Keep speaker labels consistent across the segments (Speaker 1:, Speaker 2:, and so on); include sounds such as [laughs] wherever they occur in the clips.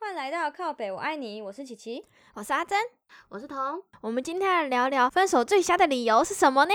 Speaker 1: 们来到靠北，我爱你，我是琪琪。
Speaker 2: 我是阿珍，
Speaker 3: 我是彤，
Speaker 2: 我们今天来聊聊分手最瞎的理由是什么呢？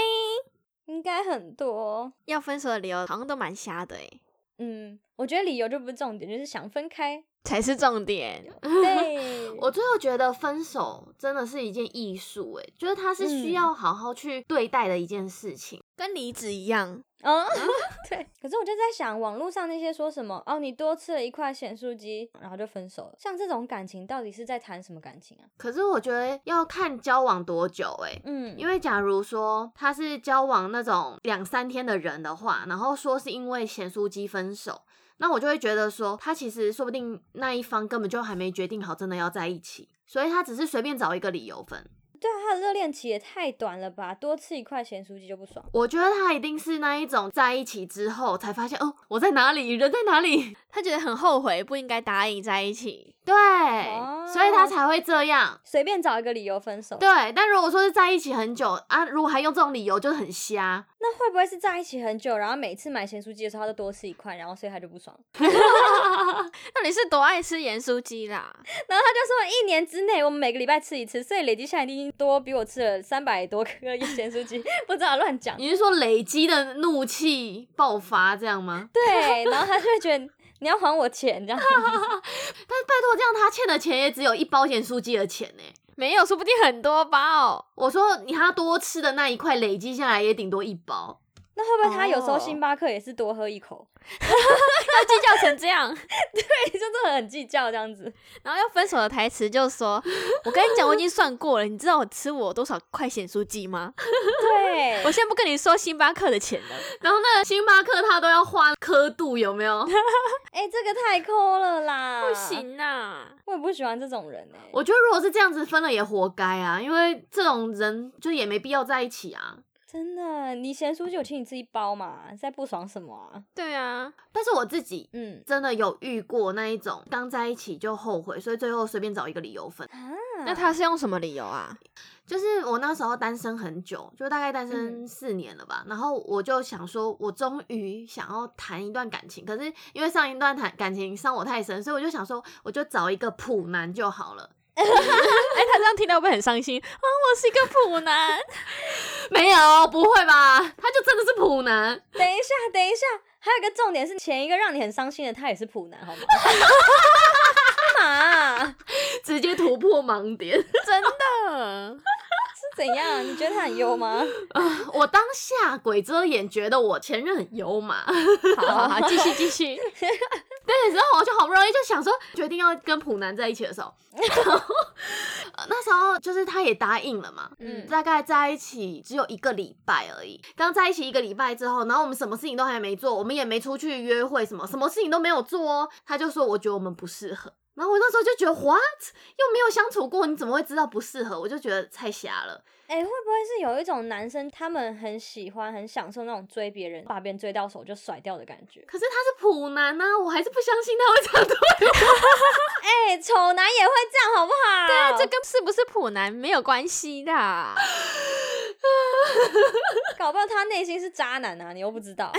Speaker 1: 应该很多哦，
Speaker 2: 要分手的理由好像都蛮瞎的欸诶，
Speaker 1: 嗯，我觉得理由就不是重点，就是想分 [laughs] 开。
Speaker 2: 才是重点。
Speaker 1: 对，
Speaker 3: 我最后觉得分手真的是一件艺术，哎，就是它是需要好好去对待的一件事情。
Speaker 2: 跟离职一样，
Speaker 1: 嗯， [laughs] 对。可是我就在想，网络上那些说什么哦，你多吃了一块咸酥鸡，然后就分手了，像这种感情到底是在谈什么感情啊？
Speaker 3: 可是我觉得要看交往多久，哎。
Speaker 1: 嗯，
Speaker 3: 因
Speaker 1: 为
Speaker 3: 为假如说他是交往那种两三天的人的话，然后说是因为咸酥鸡分手，那我就会觉得说他其实说不定那一方根本就还没决定好真的要在一起，所以他只是随便找一个理由分。
Speaker 1: 对啊，他的热恋期也太短了吧，多吃一块咸酥鸡就不爽。
Speaker 3: 我觉得他一定是那一种在一起之后才发现，哦，我在哪里，人在哪里， [laughs]
Speaker 2: 他觉得很后悔，不应该答应在一起。
Speaker 3: 对，
Speaker 1: 哦
Speaker 3: 所以他才会这样。
Speaker 1: 随便找一个理由分手，
Speaker 3: 对，但如果说是在一起很久啊，如果还用这种理由，就是很瞎。
Speaker 1: 那会不会是在一起很久，然后每次买咸酥鸡的时候他都多吃一块，然后所以他就不爽？
Speaker 2: 到底是多爱吃盐酥鸡啦？
Speaker 1: 然后他就说，一年之内我们每个礼拜吃一次，所以累积下来已经多比我吃了三百多颗一咸酥鸡，不知道乱讲。
Speaker 3: 你是说累积的怒气爆发这样
Speaker 1: [laughs]
Speaker 3: 吗？
Speaker 1: [laughs] 对，然后他就会觉得你要还我钱这样。
Speaker 3: 但拜托，这样他欠的钱也只有一包盐酥鸡的钱呢、
Speaker 2: 没有，说不定很多包。
Speaker 3: 我说你他多吃的那一块累积下来也顶多一包，
Speaker 1: 那会不会他有时候
Speaker 2: 哦
Speaker 1: 星巴克也是多喝一口？
Speaker 2: 要计较成这样，
Speaker 1: [laughs] 对，就真的很计较这样子。
Speaker 2: 然后要分手的台词就说：“我跟你讲，我已经算过了，你知道我吃我多少块咸酥鸡吗？
Speaker 1: 对
Speaker 2: 我，先不跟你说星巴克的钱了。
Speaker 3: 然后那个星巴克他都要花刻度，有没有？ [laughs]
Speaker 1: 哎、这个太抠了啦，
Speaker 2: 不，行啊，
Speaker 1: 我也不喜欢这种人哎、
Speaker 3: 我觉得如果是这样子分了也活该啊，因为这种人就也没必要在一起啊。
Speaker 1: 真的，你咸酥鸡我请你吃一包嘛，你在不爽什么啊？
Speaker 2: 对啊，
Speaker 3: 但是我自己
Speaker 1: 嗯
Speaker 3: 真的有遇过那一种刚在一起就后悔，所以最后随便找一个理由分。
Speaker 1: 啊，
Speaker 2: 那他是用什么理由啊？
Speaker 3: 就是我那时候单身很久，就大概单身
Speaker 1: 嗯
Speaker 3: 四年了吧。然后我就想说，我终于想要谈一段感情，可是因为上一段谈感情伤我太深，所以我就想说，我就找一个普男就好了。
Speaker 2: 哎、他这样听到会不会很伤心啊？我是一个普男，
Speaker 3: 没有，不会吧？他就真的是普男，
Speaker 1: 等一下，等一下，还有一个重点是，前一个让你很伤心的他也是普男，好吗？ [laughs] 干嘛 [laughs] 啊、
Speaker 3: 直接突破盲点。 [laughs]
Speaker 2: 真的。
Speaker 1: 是怎样？你觉得他很优吗？
Speaker 3: 我当下鬼遮眼，觉得我前任很优嘛。
Speaker 2: [laughs] 好好，继续继 [laughs] 续。
Speaker 3: 对，然后我就好不容易就想说，决定要跟普男在一起的时候，然后呃那时候就是他也答应了嘛，
Speaker 1: 嗯
Speaker 3: 大概在一起只有一个礼拜而已。刚在一起一个礼拜之后，然后我们什么事情都还没做，我们也没出去约会，什么什么事情都没有做哦。他就说我觉得我们不适合，然后我那时候就觉得 what 又没有相处过，你怎么会知道不适合？我就觉得太瞎了。
Speaker 1: 哎、会不会是有一种男生，他们很喜欢、很享受那种追别人，把别人追到手就甩掉的感觉？
Speaker 3: [laughs] 可是他是普男啊，我还是不相信他会这样对我。
Speaker 1: 哎、丑男也会这样，好不好？对
Speaker 2: 啊那这跟是不是普男没有关系的。
Speaker 1: 搞不好他内心是渣男啊，你又不知道。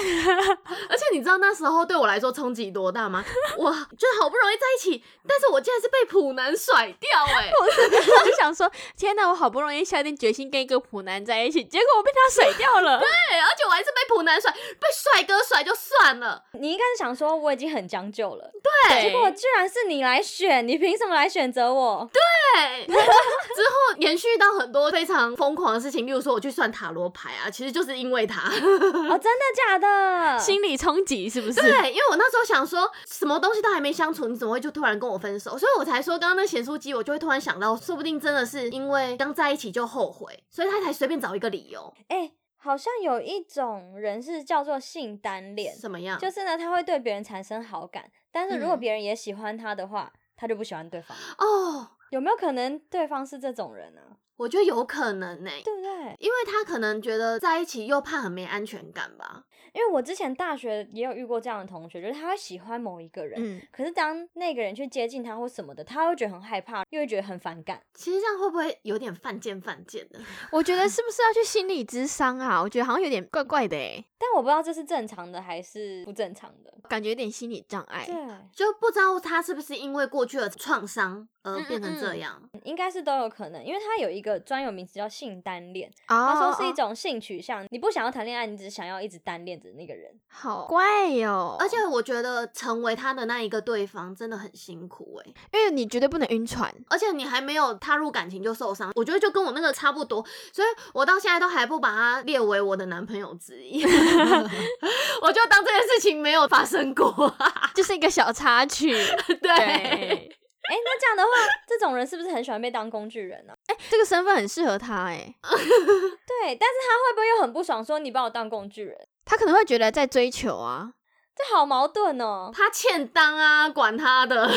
Speaker 3: 而且你知道那时候对我来说冲击多大吗？我就是好不容易在一起，但是我竟然是被普男甩掉哎、
Speaker 2: 我是我就想说，天哪，我好不容易下定决心跟一个普男在一起，结果我被他甩掉 [laughs] 了。
Speaker 3: 对，而且我还是被普男甩，被帅哥甩就算了，
Speaker 1: 你应该是想说我已经很将就了，
Speaker 3: 对，
Speaker 1: 结果居然是你来选，你凭什么来选择我？
Speaker 3: 对， [laughs] 之后延续到很多非常疯狂的事情，例如说我去算塔罗牌啊，其实就是因为他。
Speaker 1: 哦，真的假的？
Speaker 2: 心理冲击是不是？
Speaker 3: [laughs] 对，因为我那时候想说，什么东西都还没相处，你怎么会就突然跟我分手？所以我才说刚刚那咸酥鸡，我就会突然想到，说不定真的是因为刚在一起就后悔，所以他才随便找一个理由，
Speaker 1: 哎、好像有一种人是叫做性单恋，
Speaker 3: 怎么样？
Speaker 1: 就是呢，他会对别人产生好感，但是如果
Speaker 3: 嗯
Speaker 1: 别人也喜欢他的话，他就不喜欢对方了。
Speaker 3: 哦。
Speaker 1: 有没有可能对方是这种人啊？
Speaker 3: 我觉得有可能呢、
Speaker 1: 对不对？
Speaker 3: 因为他可能觉得在一起又怕很没安全感吧。
Speaker 1: 因为我之前大学也有遇过这样的同学，就是他会喜欢某一个人，
Speaker 2: 嗯，
Speaker 1: 可是当那个人去接近他或什么的，他会觉得很害怕，又会觉得很反感。
Speaker 3: 其实这样会不会有点犯贱犯贱的？ [laughs]
Speaker 2: 我觉得是不是要去心理咨商啊？我觉得好像有点怪怪的诶，
Speaker 1: 但我不知道这是正常的还是不正常的。
Speaker 2: 感觉有点心理障碍。
Speaker 1: 对，
Speaker 3: 就不知道他是不是因为过去的创伤而
Speaker 2: 嗯嗯
Speaker 3: 变成这
Speaker 2: 嗯
Speaker 3: 样。
Speaker 1: 应该是都有可能，因为他有一个专有名词叫性单恋，
Speaker 2: 哦
Speaker 1: 他说是一
Speaker 2: 哦
Speaker 1: 种性取向，你不想要谈恋爱，你只想要一直单恋着那个人。
Speaker 2: 好怪哦哟、
Speaker 3: 而且我觉得成为他的那一个对方真的很辛苦哎、
Speaker 2: 因为你绝对不能晕 [laughs] 船，
Speaker 3: 而且你还没有踏入感情就受伤，我觉得就跟我那个差不多，所以我到现在都还不把他列为我的男朋友之一， [laughs] 我就当这件事情没有发生过。
Speaker 2: [laughs]
Speaker 3: [laughs]
Speaker 2: 就是一个小插 [laughs] 曲。
Speaker 3: 对，
Speaker 2: 对，
Speaker 1: 哎、那这样的话，这种人是不是很喜欢被当工具人呢、
Speaker 2: 这个身份很适合他欸诶，
Speaker 1: 对，但是他会不会又很不爽，说你把我当工具人？
Speaker 2: 他可能会觉得在追求啊。
Speaker 1: 这好矛盾哦。 [laughs]
Speaker 3: 他欠当啊，管他的， [laughs]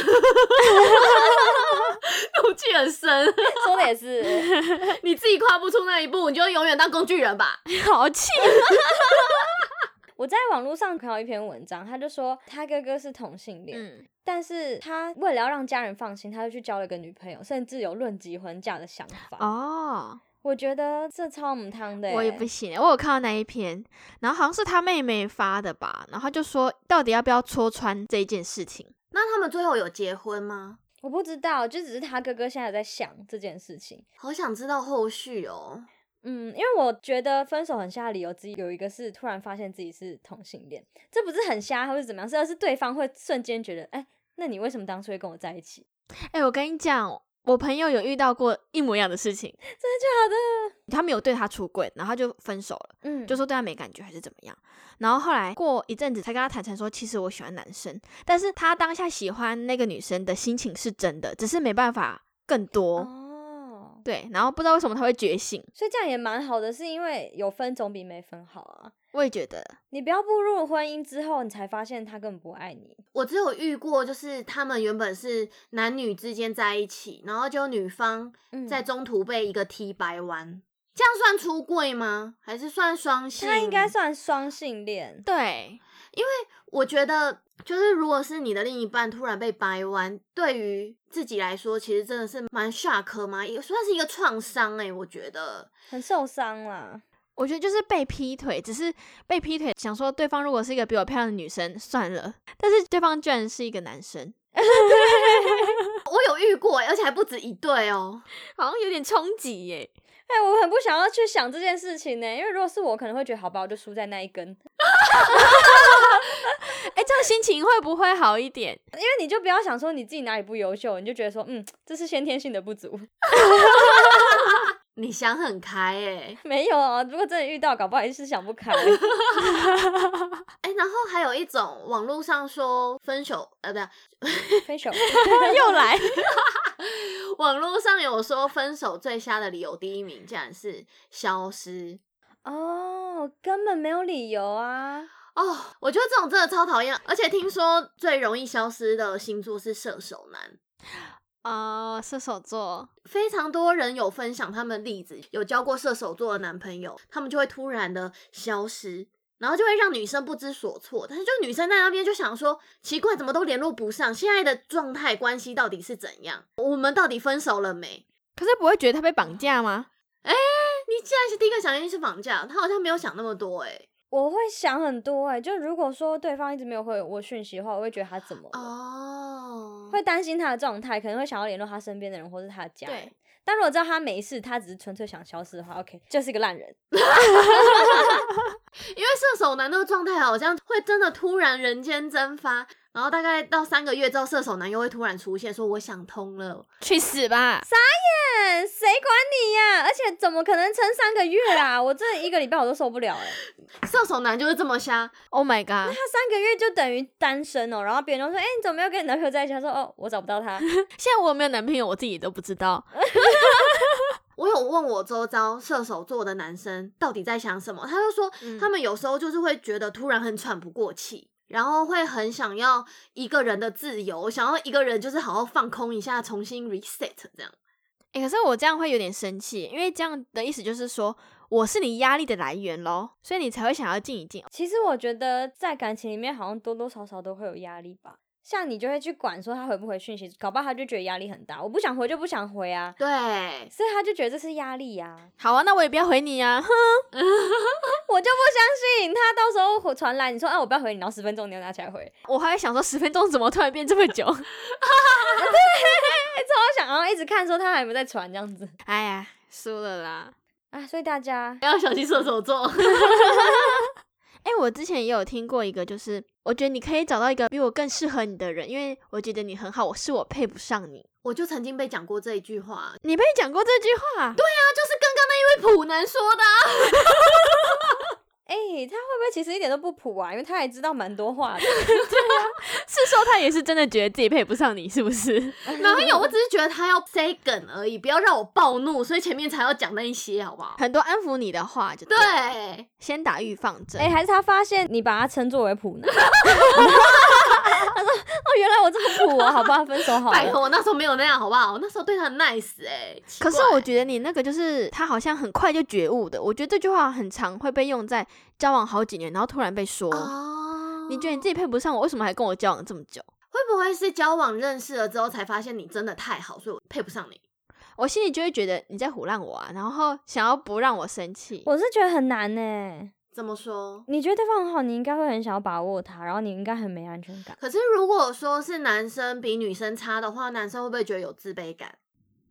Speaker 3: 怒气很深，
Speaker 1: 说的也是， [laughs]
Speaker 3: 你自己跨不出那一步，你就永远当工具人吧。
Speaker 2: [laughs] 好气！哦
Speaker 1: 我在网络上看到一篇文章，他就说他哥哥是同性恋，
Speaker 2: [laughs] 嗯，
Speaker 1: 但是他为了要让家人放心，他就去交了个女朋友，甚至有论及婚嫁的想法。
Speaker 2: 哦，
Speaker 1: 我觉得这超母汤的、
Speaker 2: 我也不。行欸，我有看到那一篇，然后好像是他妹妹发的吧，然后他就说到底要不要戳穿这一件事情？
Speaker 3: 那他们最后有结婚吗？
Speaker 1: 我不知道，就只是他哥哥现在有在想这件事情。
Speaker 3: 好想知道后续哦。
Speaker 1: 嗯，因为我觉得分手很瞎的理由之一有一个是突然发现自己是同性恋，这不是很瞎或是怎么样，是而是对方会瞬间觉得，哎、那你为什么当初会跟我在一起？
Speaker 2: 哎、我跟你讲，我朋友有遇到过一模一样的事情，
Speaker 1: 真的
Speaker 2: 他没有对他出轨，然后他就分手了，
Speaker 1: 假的？嗯，
Speaker 2: 就说对他没感觉还是怎么样。然后后来过一阵子才跟他坦诚说，其实我喜欢男生，但是他当下喜欢那个女生的心情是真的，只是没办法更多。
Speaker 1: 哦，
Speaker 2: 对，然后不知道为什么他会觉醒，
Speaker 1: 所以这样也蛮好的，是因为有分总比没分好啊。
Speaker 2: 我也觉得
Speaker 1: 你不要步入婚姻之后，你才发现他根本不爱你。
Speaker 3: 我只有遇过，就是他们原本是男女之间在一起，然后就女方
Speaker 1: 嗯，
Speaker 3: 在中途被一个踢白弯，这样算出柜吗？还是算双性？
Speaker 1: 他应该算双性恋。
Speaker 2: 对，
Speaker 3: 我觉得，就是如果是你的另一半突然被掰弯，对于自己来说，其实真的是蛮 shock 嘛，也算是一个创伤哎。我觉得，
Speaker 1: 很受伤啦。
Speaker 2: 我觉得就是被劈腿，只是被劈腿，想说对方如果是一个比我漂亮的女生，算了，但是对方居然是一个男生，
Speaker 3: 我有遇过欸，而且还不止一对哦。
Speaker 2: 好像有点冲击耶。
Speaker 1: 哎、我很不想要去想这件事情呢、因为如果是我，可能会觉得好吧，我就输在那一根。因
Speaker 2: 哎，这样心情会不会好一点？
Speaker 1: 为你就不要想说你自己哪里不优秀，你就觉得说，嗯，这是先天性的不足。 [laughs]
Speaker 3: 你想很开哎
Speaker 1: 没有啊，如果真的遇到，搞不好也是想不开。
Speaker 3: 哎、欸然后还有一种网络上说分手，呃，不对，
Speaker 1: [laughs] 分手，
Speaker 2: 又 [laughs] 来，
Speaker 3: 网络上有说分手最瞎的理由第一名，竟然是消失。
Speaker 1: 哦，根本没有理由啊。
Speaker 3: 哦，我觉得这种真的超讨厌，而且听说最容易消失的星座是射手男，
Speaker 2: 啊、射手座，
Speaker 3: 非常多人有分享他们的例子，有交过射手座的男朋友，他们就会突然的消失，然后就会让女生不知所措。但是就女生在那边就想说，奇怪，怎么都联络不上，现在的状态关系到底是怎样？我们到底分手了没？
Speaker 2: 可是不会觉得他被绑架吗？
Speaker 3: 你竟然是第一个想一是绑架，他好像没有想那么多哎、
Speaker 1: 我会想很多哎、就如果说对方一直没有回我讯息的话，我会觉得他怎么了
Speaker 3: 哦，
Speaker 1: 会担心他的状态，可能会想要联络他身边的人或是他的家人
Speaker 3: 欸
Speaker 2: 对。
Speaker 1: 但如果知道他没事，他只是纯粹想消失的话，OK，就是个烂 [laughs] 人。嗯
Speaker 3: 因为射手男那个状态好像会真的突然人间蒸发，然后大概到三个月之后，射手男又会突然出现，说我想通了。
Speaker 2: [laughs] 去死吧！
Speaker 1: 嗯，谁管你呀、而且怎么可能撑三个月啊？我这一个礼拜我都受不了哎、
Speaker 3: 射手男就是这么瞎，
Speaker 2: Oh my god！
Speaker 1: 他三个月就等于单身哦，然后别人都说，哎、你怎么没有跟你男朋友在一起？他说，哦，我找不到他。[laughs]
Speaker 2: [laughs] 现在我有没有男朋友，我自己都不知道。
Speaker 3: 我有问我周遭射手座的男生到底在想什么，他就说
Speaker 2: 嗯
Speaker 3: 他们有时候就是会觉得突然很喘不过气，然后会很想要一个人的自由，想要一个人就是好好放空一下，重新 reset 这样。
Speaker 2: 欸，可是我这样会有点生气，因为这样的意思就是说我是你压力的来源咯，所以你才会想要静一静。
Speaker 1: 其实我觉得在感情里面，好像多多少少都会有压力吧。像你就会去管说他回不回讯息，搞不好他就觉得压力很大，我不想回就不想回啊，
Speaker 3: 对，
Speaker 1: 所以他就觉得这是压力呀、
Speaker 2: 好啊，那我也不要回你啊，哼， [laughs]
Speaker 1: 我就不相信他到时候回传来，你说啊我不要回你，然后十分钟你要拿起来回，
Speaker 2: 我还会想说十分钟怎么突然变这么久？
Speaker 1: 哎，超想然后一直看说他还有没有在传这样子
Speaker 2: [laughs] 哎呀，输了啦。
Speaker 1: 啊，所以大家
Speaker 3: 要小心射手座。
Speaker 2: 哎、我之前也有听过一个，就是我觉得你可以找到一个比我更适合你的人，因为我觉得你很好，我是我配不上你。
Speaker 3: 我就曾经被讲过这一句话，
Speaker 2: 你被讲过这句话？对，
Speaker 3: 那就是刚刚那一位普男说的啊、
Speaker 1: 哎、他会不会其实一点都不普啊？因为他也知道蛮多话的，
Speaker 2: 是说他也是真的觉得自己配不上你，是不是？
Speaker 3: 没有，我只是觉得他要 say 梗而已，不要让我暴怒，所以前面才要讲那一些，好不好？
Speaker 2: 很多安抚你的话就
Speaker 3: 对，
Speaker 2: 了先打预防针。
Speaker 1: 哎、还是他发现你把他称作为普男， [laughs] 他说哦原来我这么普啊，好吧，分手好
Speaker 3: 拜
Speaker 1: 了。
Speaker 3: 托，我那时候没有那样，好不好？我那时候对他很 nice 哎、奇
Speaker 2: 可是
Speaker 3: 怪
Speaker 2: 我觉得你那个就是他好像很快就觉悟的，我觉得这句话很常会被用在交往好几年，然后突然被说，
Speaker 3: 哦，
Speaker 2: 你觉得你自己配不上我，为什么还跟我交往这么久？
Speaker 3: 会不会是交往认识了之后才发现你真的太好，所以我配不上你？
Speaker 2: 我心里就会觉得你在胡乱我啊，然后想要不让我生气。
Speaker 1: 我是觉得很难呢、
Speaker 3: 怎么说？
Speaker 1: 你觉得对方很好，你应该会很想要把握他，然后你应该很没安全感。
Speaker 3: 可是如果说是男生比女生差的话，男生会不会觉得有自卑感？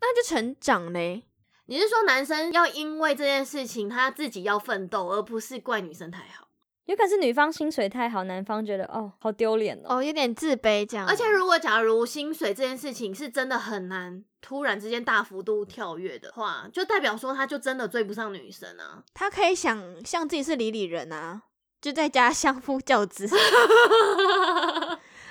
Speaker 2: 那就成长嘞。
Speaker 3: 你是说男生要因为这件事情他自己要奋斗，而不是怪女生太好？
Speaker 1: 有可能是女方薪水太好，男方觉得哦好丢脸哦。
Speaker 2: 哦，有点自卑这样。
Speaker 3: 而且如果假如薪水这件事情是真的很难突然之间大幅度跳跃的话，就代表说他就真的追不上女生啊。
Speaker 2: 他可以想象自己是李李人啊，就在家相夫教子， [laughs]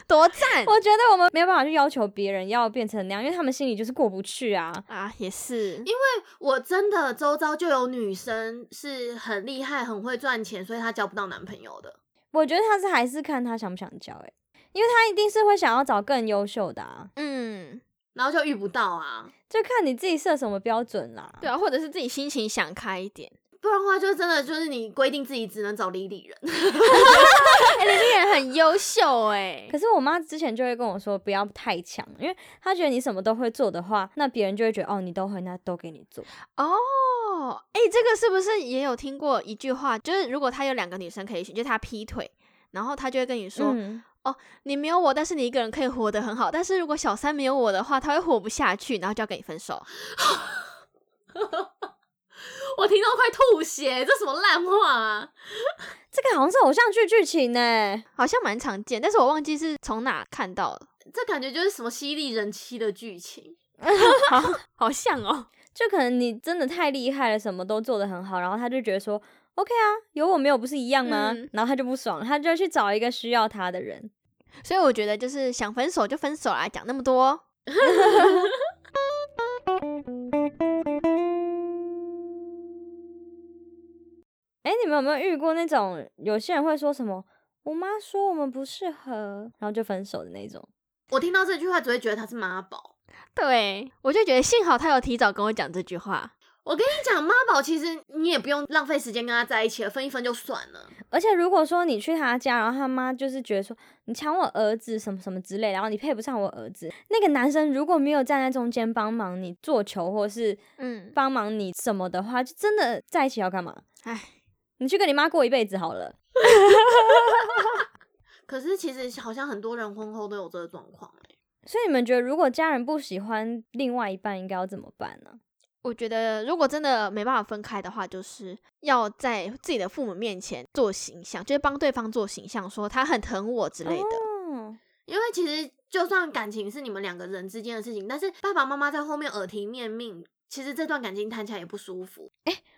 Speaker 2: 多赞
Speaker 1: 我觉得我们没有办法去要求别人要变成那样，因为他们心里就是过不去啊。
Speaker 2: 啊！也是，
Speaker 3: 我真的周遭就有女生是很厉害、很会赚钱，所以她交不到男朋友的。
Speaker 1: 我觉得他是还是看他想不想交、欸，因为他一定是会想要找更优秀的啊，
Speaker 2: 嗯，
Speaker 3: 然后就遇不到啊，
Speaker 1: 就看你自己设什么标准啦。
Speaker 2: 对啊，或者是自己心情想开一点。
Speaker 3: 不然的话就真的就是你规定自己只能找理理人， [laughs]
Speaker 2: 哎、李丽人很优秀哎、
Speaker 1: 可是我妈之前就会跟我说，不要太强，因为她觉得你什么都会做的话，那别人就会觉得哦，你都会，那都给你做。
Speaker 2: 哦，哎、这个是不是也有听过一句话？就是如果他有两个女生可以选，就是他劈腿，然后他就会跟你说：“
Speaker 1: 嗯，
Speaker 2: 你没有我，但是你一个人可以活得很好。但是如果小三没有我的话，他会活不下去，然后就要跟你分手。
Speaker 3: 我听到快吐血，这什么烂话啊！
Speaker 1: 这个好像是偶像剧剧情呢、
Speaker 2: 好像蛮常见，但是我忘记是从哪看到的，
Speaker 3: 这感觉就是什么犀利人妻的剧情。
Speaker 2: 好好像哦。 [laughs]
Speaker 1: 就可能你真的太厉害了，什么都做得很好，然后他就觉得说，OK 啊，有我没有不是一样吗？
Speaker 2: 嗯
Speaker 1: 然后他就不爽，他就去找一个需要他的人。
Speaker 2: 所以我觉得就是想分手就分手啦，讲那么多。
Speaker 1: 哎、你们有没有遇过那种有些人会说什么？我妈说我们不适合，然后就分手的那种。
Speaker 3: 我听到这句话只会觉得他是妈宝。
Speaker 2: 对，我就觉得幸好他有提早跟我讲这句话。
Speaker 3: 我跟你讲，妈宝其实你也不用浪费时间跟他在一起了，分一分就算了。
Speaker 1: 而且如果说你去他家，然后他妈就是觉得说你抢我儿子什么什么之类，然后你配不上我儿子，那个男生如果没有站在中间帮忙你做球或是
Speaker 2: 嗯，
Speaker 1: 帮忙你什么的话，就真的在一起要干嘛？
Speaker 2: 唉，
Speaker 1: 你去跟你妈过一辈子好了。
Speaker 3: 可是其实好像很多人婚后都有这个状况、欸，
Speaker 1: 所以你们觉得，如果家人不喜欢另外一半，应该要怎么办呢、
Speaker 2: 我觉得如果真的没办法分开的话，就是要在自己的父母面前做形象，就是帮对方做形象，说他很疼我之类的。
Speaker 1: 哦，
Speaker 3: 因为其实就算感情是你们两个人之间的事情，但是爸爸妈妈在后面耳提面命，其实这段感情谈起来也不舒服。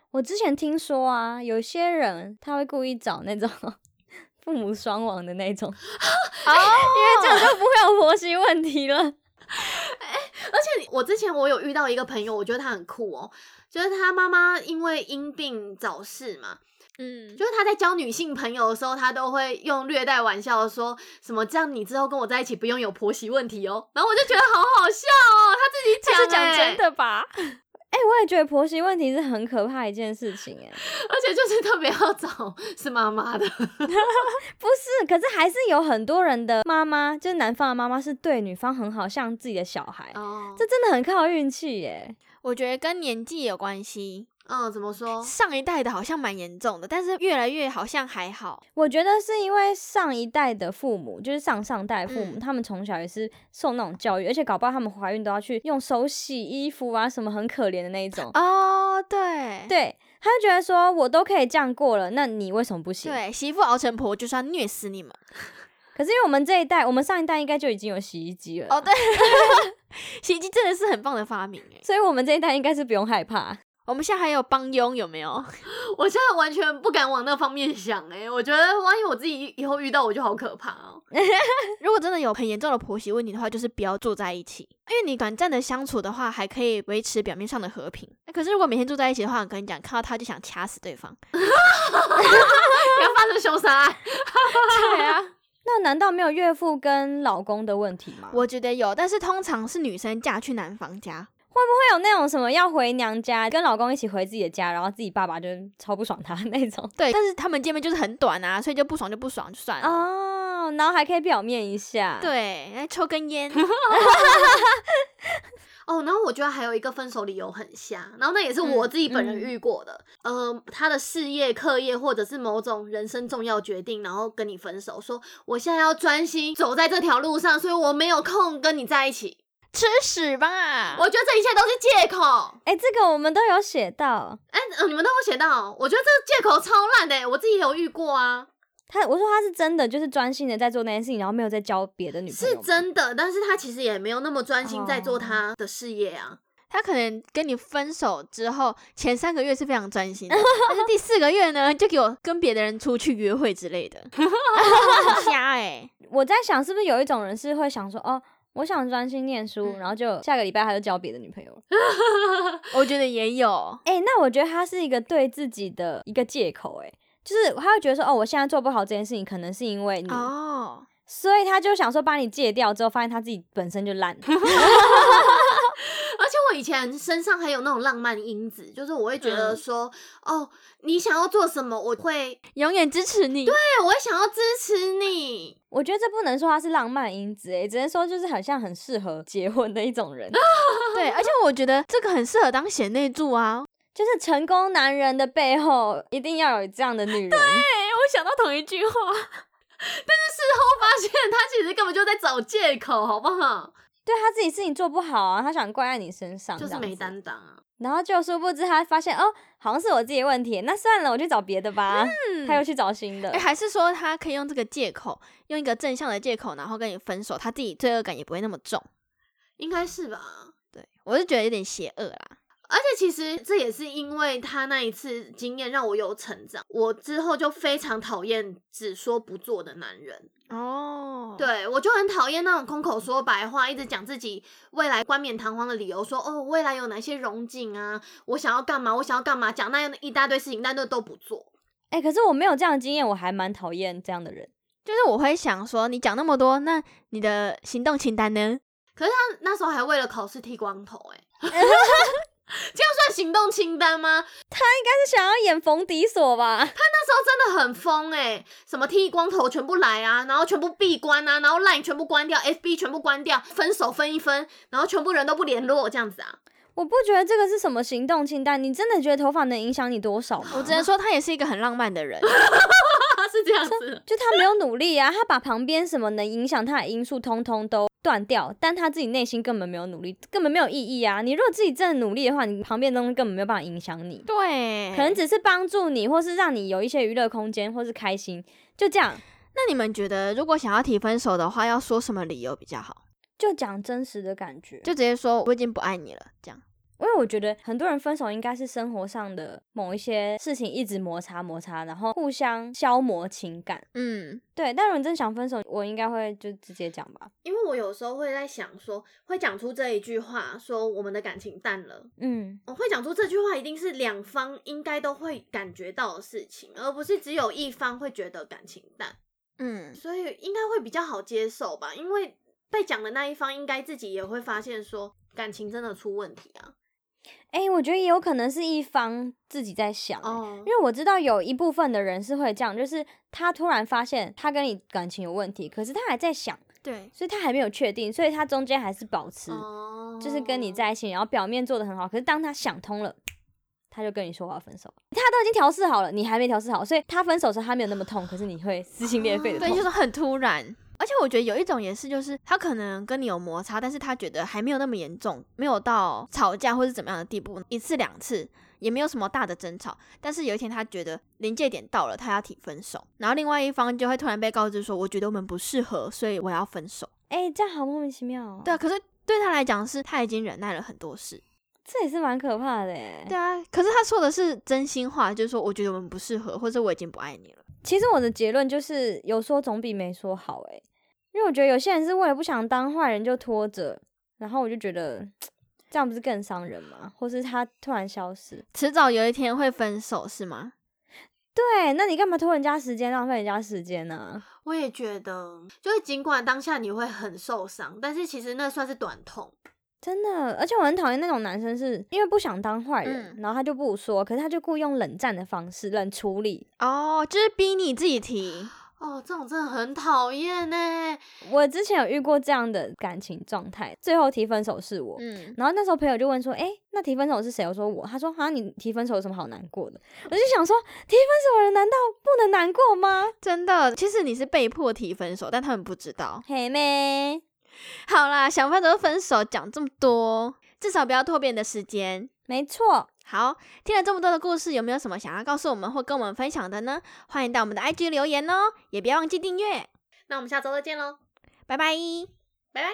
Speaker 1: 我之前听说啊，有些人他会故意找那种 [laughs] 父母双亡的那种， [laughs]
Speaker 2: 哦，
Speaker 1: 因为这样就不会有婆媳问题了。
Speaker 3: 而且我之前我有遇到一个朋友，我觉得他很酷哦，就是他妈妈因为因病早逝嘛，
Speaker 2: 嗯，
Speaker 3: 就是他在交女性朋友的时候，他都会用略带玩笑地说什么这样你之后跟我在一起不用有婆媳问题哦。然后我就觉得好好笑哦，他自己
Speaker 2: 这
Speaker 3: 讲、
Speaker 2: 是讲真，的吧？
Speaker 1: [laughs] 哎、我也觉得婆媳问题是很可怕一件事情、哎，
Speaker 3: 欸而且就是特别要找是妈妈的，
Speaker 1: 不是，可是还是有很多人的妈妈，就是男方的妈妈是对女方很好，像自己的小孩，
Speaker 3: 哦，
Speaker 1: 这真的很靠运气耶。
Speaker 2: 我觉得跟年纪有关系，
Speaker 3: 嗯，怎么说？
Speaker 2: 上一代的好像蛮严重的，但是越来越好像还好。
Speaker 1: 我觉得是因为上一代的父母，就是上上代父母，
Speaker 2: 嗯
Speaker 1: 他们从小也是受那种教育，而且搞不好他们怀孕都要去用手洗衣服啊，什么很可怜的那一种。
Speaker 2: 哦，对
Speaker 1: 对，他就觉得说我都可以这样过了，那你为什么不行？
Speaker 2: 对，媳妇熬成婆就是要虐死你们。
Speaker 1: 可是因为我们这一代，我们上一代应该就已经有洗衣机了，
Speaker 2: 哦，对，洗衣机真的是很棒的发明哎。
Speaker 1: 所以我们这一代应该是不用害怕。
Speaker 2: 我们现在还有帮佣有没有？ [laughs]
Speaker 3: 我现在完全不敢往那方面想哎、我觉得万一我自己以后遇到，我就好可怕哦。 [laughs]
Speaker 2: 如果真的有很严重的婆媳问题的话，就是不要住在一起，因为你短暂的相处的话，还可以维持表面上的和平。可是如果每天住在一起的话，我跟你讲，看到他就想掐死对方。
Speaker 3: 要发生凶杀案，
Speaker 2: [laughs] 对啊，
Speaker 1: 那难道没有岳父跟老公的问题吗？
Speaker 2: 我觉得有，但是通常是女生嫁去男方家，
Speaker 1: 会有那种什么要回娘家，跟老公一起回自己的家，然后自己爸爸就超不爽他的那
Speaker 2: [laughs]
Speaker 1: 种
Speaker 2: 对，但是他们见面就是很短啊，所以就不爽就不爽就算了。
Speaker 1: 哦，然后还可以表面一下，，
Speaker 2: 对，来抽根烟，
Speaker 3: 哦，然后我觉得还有一个分手理由很瞎，然后那也是我自己本人遇过的，呃，他的事业、课业或者是某种人生重要决定，然后跟你分手，说我现在要专心走在这条路上，所以我没有空跟你在一起。
Speaker 2: 吃屎吧！
Speaker 3: 我觉得这一切都是借口。
Speaker 1: 哎、这个我们都有写到。
Speaker 3: 哎、呃你们都有写到，我觉得这个借口超烂的、欸我自己也有遇过啊，
Speaker 1: 他我说他是真的，就是专心的在做那件事情，然后没有在交别的女朋
Speaker 3: 是
Speaker 1: 友吗。
Speaker 3: 真的，但是他其实也没有那么专心在做
Speaker 1: 哦
Speaker 3: 他的事业啊。
Speaker 2: 他可能跟你分手之后，前三个月是非常专 [laughs] 心的，但是第四个月呢，就给我跟别的人出去约会之类 [laughs] 的，很瞎哎、
Speaker 1: 我在想，是不是有一种人是会想说，哦，我想专心念书，
Speaker 2: 嗯
Speaker 1: 然后就下个礼拜他就交别的女朋友了。
Speaker 2: 我觉得也有，
Speaker 1: 哎、那我觉得他是一个对自己的一个借口、哎，就是他会觉得说，哦，我现在做不好这件事情，可能是因为你，
Speaker 2: 哦，
Speaker 1: 所以他就想说把你戒掉之后，发现他自己本身就烂。
Speaker 3: [laughs] 而且我以前身上还有那种浪漫因子，就是我会觉得
Speaker 2: 嗯
Speaker 3: 说，哦，你想要做什么，我会，
Speaker 2: 永远支持你。对，啊
Speaker 3: 对我会想要支持你。 [laughs]
Speaker 1: 我觉得这不能说他是浪漫因子、哎，只能说就是很像很适合结婚的一种
Speaker 3: [laughs]
Speaker 1: 人，
Speaker 2: 而且我觉得这个很适合当贤内助 [laughs] 啊。
Speaker 1: 就是成功男人的背后一定要有这样的女人。
Speaker 2: 哎、我想到同一句话，
Speaker 3: 我发现他其实根本就在找借口，好不好？
Speaker 1: 对他自己事情做不好啊，他想怪在你身上，
Speaker 3: 就是
Speaker 1: 这样
Speaker 3: 没
Speaker 1: 子
Speaker 3: 担当啊。
Speaker 1: 然后就殊不知他发现哦，好像是我自己的问题，那算了，我去找别的吧。
Speaker 2: 嗯
Speaker 1: 他又去找
Speaker 3: [laughs]
Speaker 1: 新的
Speaker 2: 哎、，还是说他可以用这个借口，用一个正向的借口，然后跟你分手，他自己罪恶感也不会那么重。
Speaker 3: 应该是吧。
Speaker 2: 对我是觉得有点邪恶啦。
Speaker 3: 而且其实这也是因为他那一次经验让我有成长，我之后就非常讨厌只说不做的男人。
Speaker 2: 哦，
Speaker 3: 对我就很讨厌那种空口说白话，一直讲自己未来冠冕堂皇的理由，说哦未来有哪些荣景啊，我想要干嘛，我想要干嘛，讲那样一大堆事情，但都都不做。
Speaker 1: 哎、可是我没有这样的经验，我还蛮讨厌这样的人。
Speaker 2: 就是我会想说，你讲那么多，那你的行动清单呢？
Speaker 3: 可是他那时候还为了考试剃光头、欸，哎， [laughs] 这样算行动清单吗？
Speaker 1: 他是想要演冯迪索吧？ [laughs]
Speaker 3: 那时候真的很疯哎、什么剃光头全部来啊，然后全部闭关啊，然后 LINE 全部关掉，FB 全部关掉，分手分一分，然后全部人都不联络这样子啊。
Speaker 1: 我不觉得这个是什么行动清单，你真的觉得头发能影响你多少吗？
Speaker 2: 我只能说，他也是一个很浪漫
Speaker 1: [laughs]
Speaker 2: 的人。
Speaker 3: 他 [laughs] 是这样子，
Speaker 1: 就他没有努力啊，他把旁边什么能影响他的因素通通都断掉，但他自己内心根本没有努力，根本没有意义啊！你如果自己真的努力的话，你旁边的东西根本没有办法影响你，
Speaker 2: 对，
Speaker 1: 可能只是帮助你，或是让你有一些娱乐空间，或是开心，就这样，
Speaker 2: 那你们觉得，如果想要提分手的话，要说什么理由比较好？
Speaker 1: 就讲真实的感觉。
Speaker 2: 就直接说我已经不爱你了，这样。
Speaker 1: 因为为我觉得很多人分手应该是生活上的某一些事情一直摩擦摩擦，然后互相消磨情感。
Speaker 2: 嗯，
Speaker 1: 对，但如果你真想分手，我应该会就直接讲吧。
Speaker 3: 因为我有时候会在想说，会讲出这一句话，说我们的感情淡了。
Speaker 1: 嗯，
Speaker 3: 我会讲出这句话，一定是两方应该都会感觉到的事情，而不是只有一方会觉得感情淡，
Speaker 2: 嗯，
Speaker 3: 所以应该会比较好接受吧。因为被讲的那一方，应该自己也会发现说感情真的出问题啊。
Speaker 1: 哎、我觉得也有可能是一方自己在想欸、
Speaker 3: 哦
Speaker 1: 因，为我知道有一部分的人是会这样，就是他突然发现他跟你感情有问题，可是他还在想，
Speaker 2: 对，
Speaker 1: 所以他还没有确定，所以他中间还是保持、
Speaker 3: 哦
Speaker 1: 就是跟你在一起，然后表面做的很好，可是当他想通了，他就跟你说我要分手了，他都已经调试好了，你还没调试好，所以他分手的时候他没有那么痛，可是你会撕心裂肺的
Speaker 2: 对，
Speaker 1: 痛。
Speaker 2: 就是很突然。而且我觉得有一种也是，就是他可能跟你有摩擦，但是他觉得还没有那么严重，没有到吵架或是怎么样的地步，一次两次也没有什么大的争吵。但是有一天他觉得临界点到了，他要提分手，然后另外一方就会突然被告知说，我觉得我们不适合，所以我要分手。
Speaker 1: 哎、这样好莫名其妙、哦。
Speaker 2: 对啊，可是对他来讲是他已经忍耐了很多事。
Speaker 1: 这也是蛮可怕的哎。
Speaker 2: 对啊，可是他说的是真心话，就是说我觉得我们不适合，或者我已经不爱你了。
Speaker 1: 其实我的结论就是，有说总比没说好哎、因为我觉得有些人是为了不想当坏人就拖着，然后我就觉得这样不是更伤人吗？或是他突然消失，
Speaker 2: 迟早有一天会分手，是吗？
Speaker 1: 对，那你干嘛拖人家时间，浪费人家时间呢、
Speaker 3: 我也觉得，就是尽管当下你会很受伤，但是其实那算是短痛。
Speaker 1: 真的，而且我很讨厌那种男生是因为不想当坏人，
Speaker 2: 嗯
Speaker 1: 然后他就不说，可是他就故意用冷战的方式冷处理。
Speaker 2: 哦，就是逼你自己提。
Speaker 3: 哦，这种真的很讨厌呢。
Speaker 1: 我之前有遇过这样的感情状态，最后提分手是我，
Speaker 2: 嗯，
Speaker 1: 然后那时候朋友就问说：“哎、那提分手是谁？”我说：“我。”他说：“好像你提分手有什么好难过的？”我就想说，提分手的人难道不能难过吗？
Speaker 2: 真的，其实你是被迫提分手，但他们不知道。
Speaker 1: 嘿妹，
Speaker 2: 好啦，想分手就分手，讲这么多，至少不要拖别人的时间。
Speaker 1: 没错，
Speaker 2: 好，听了这么多的故事，有没有什么想要告诉我们或跟我们分享的呢？欢迎到我们的 IG 留言哦，也不要忘记订阅，
Speaker 3: 那我们下周再见喽，
Speaker 2: 拜拜。
Speaker 3: 拜拜。